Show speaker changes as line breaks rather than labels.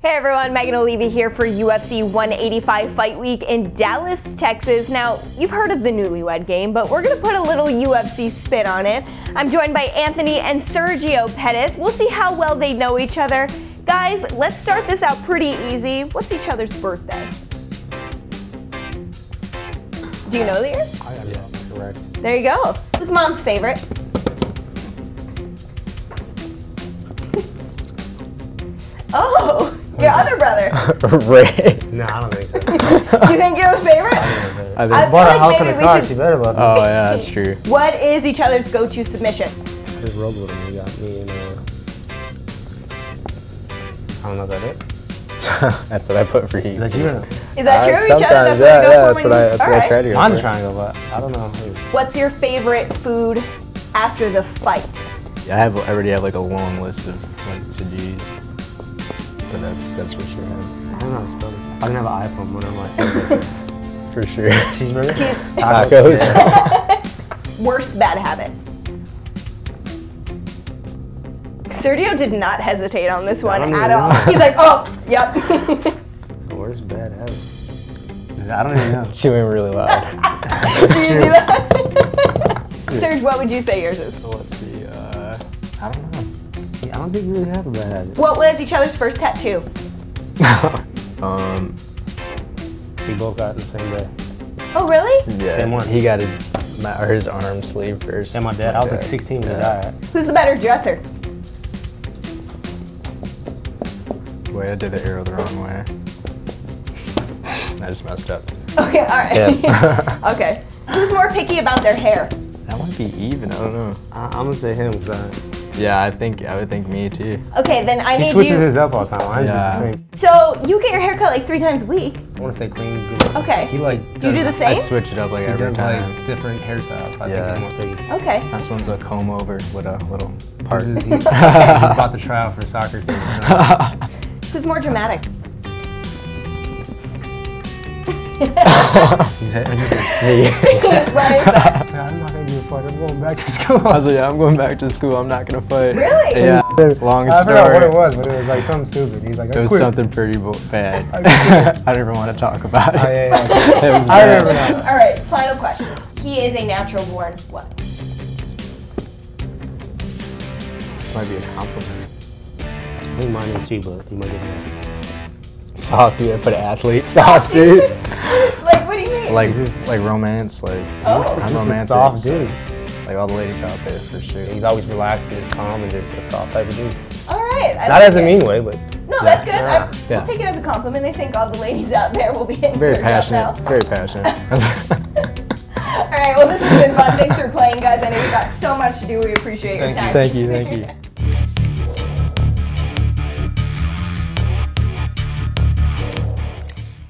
Hey everyone, Megan O'Leary here for UFC 185 Fight Week in Dallas, Texas. Now, you've heard of the newlywed game, but we're gonna put a little UFC spin on it. I'm joined by Anthony and Sergio Pettis. We'll see how well they know each other. Guys, let's start this out pretty easy. What's each other's birthday? Do you know the year?
I am not correct.
There you go. Who's mom's favorite? Oh, your other brother.
Ray.
No, I don't think so.
You think you're the favorite?
I
I
just bought
feel like
a house and
maybe
a
we
car.
should-
She better love
Oh yeah, that's true.
What is each other's go-to submission?
me. I just rolled with him. He got me and uh, I don't know that it.
that's what I put for heat.
Is that you or no?
Is that
Uh,
true? Each other? That's what
sometimes,
you
yeah,
go for
yeah, that's
when
what I
you-
that's
all
what I
right.
try to go
Mine's
for.
triangle, but I don't know.
What's your favorite food after the fight?
I have I already have like a long list of like to dos, but that's that's for sure.
I don't know how to spell it. I didn't have an iPhone. Whatever my son was.
For sure.
Cheeseburger?
Tacos.
Worst bad habit. Sergio did not hesitate on this one
don't
at
even
all.
know.
He's like, oh, yep.
It's the worst bad habit. I don't even know.
Chewing really loud.
It's
Do that. Serge, what would you say yours is?
Let's see. Uh,
I don't know. I don't think you really have a bad habit.
What was each other's first tattoo?
um,
We both got it the same day.
Oh, really?
yeah.
Same one.
He got his my, or his arm sleeve first.
And my dad. I was like 16 when he died.
Who's the better dresser?
Wait, I did the arrow the wrong way. I just messed up.
Okay, all right.
Yeah.
okay. Who's more picky about their hair?
That might be even. I don't know.
I- I'm gonna say him because I.
Yeah, I think I would think me too.
Okay, then I
He
need
switches
you.
his up all the time. Mine's just the
Yeah.
same.
so you get your hair cut like three times a week.
I want to stay clean. Good.
Okay.
He like.
Do you do the
I
same?
switch it up like
He
every
does
time.
like different hairstyles. I
Yeah.
think he's more picky.
Okay.
This one's a comb over with a little part.
This is- He's, he's about to try out for soccer team. so-
Who's more dramatic?
He's like, I'm just like,
Why is that?
I'm not gonna do a fight. I'm going back to school.
I was like, yeah, I'm going back to school. I'm not gonna fight.
Really?
Yeah. Long
I forgot what it
story.
was, but it was like something stupid. He's like, I
It was
quit.
something pretty bo- bad.
I quit.
I don't even want to talk about it.
Oh, yeah, yeah, yeah.
It was
I
bad.
remember that.
All right, final question. He is a natural born what?
This might be a compliment.
I think mine is too, but you might get it.
Soft dude. I put athlete.
Oh,
Soft
Soft
dude.
dude.
Like, what do you mean?
Like this, like romance. Like
Oh.
I'm
He's just a
romantic.
soft dude.
Like all the ladies out there for sure.
He's always relaxed and just calm and just a soft type of dude.
All right. I
Not
like
as a
it.
mean way, but
No, that's good. I,
Yeah.
will
Yeah.
take it as a compliment. I think all the ladies out there will be hitting
Very
Serge up
passionate.
now.
Very passionate.
All right. Well, this has been fun. Thanks for playing, guys. I know you've got so much to do. We appreciate your
Thank you.
time.
thank you. Thank you.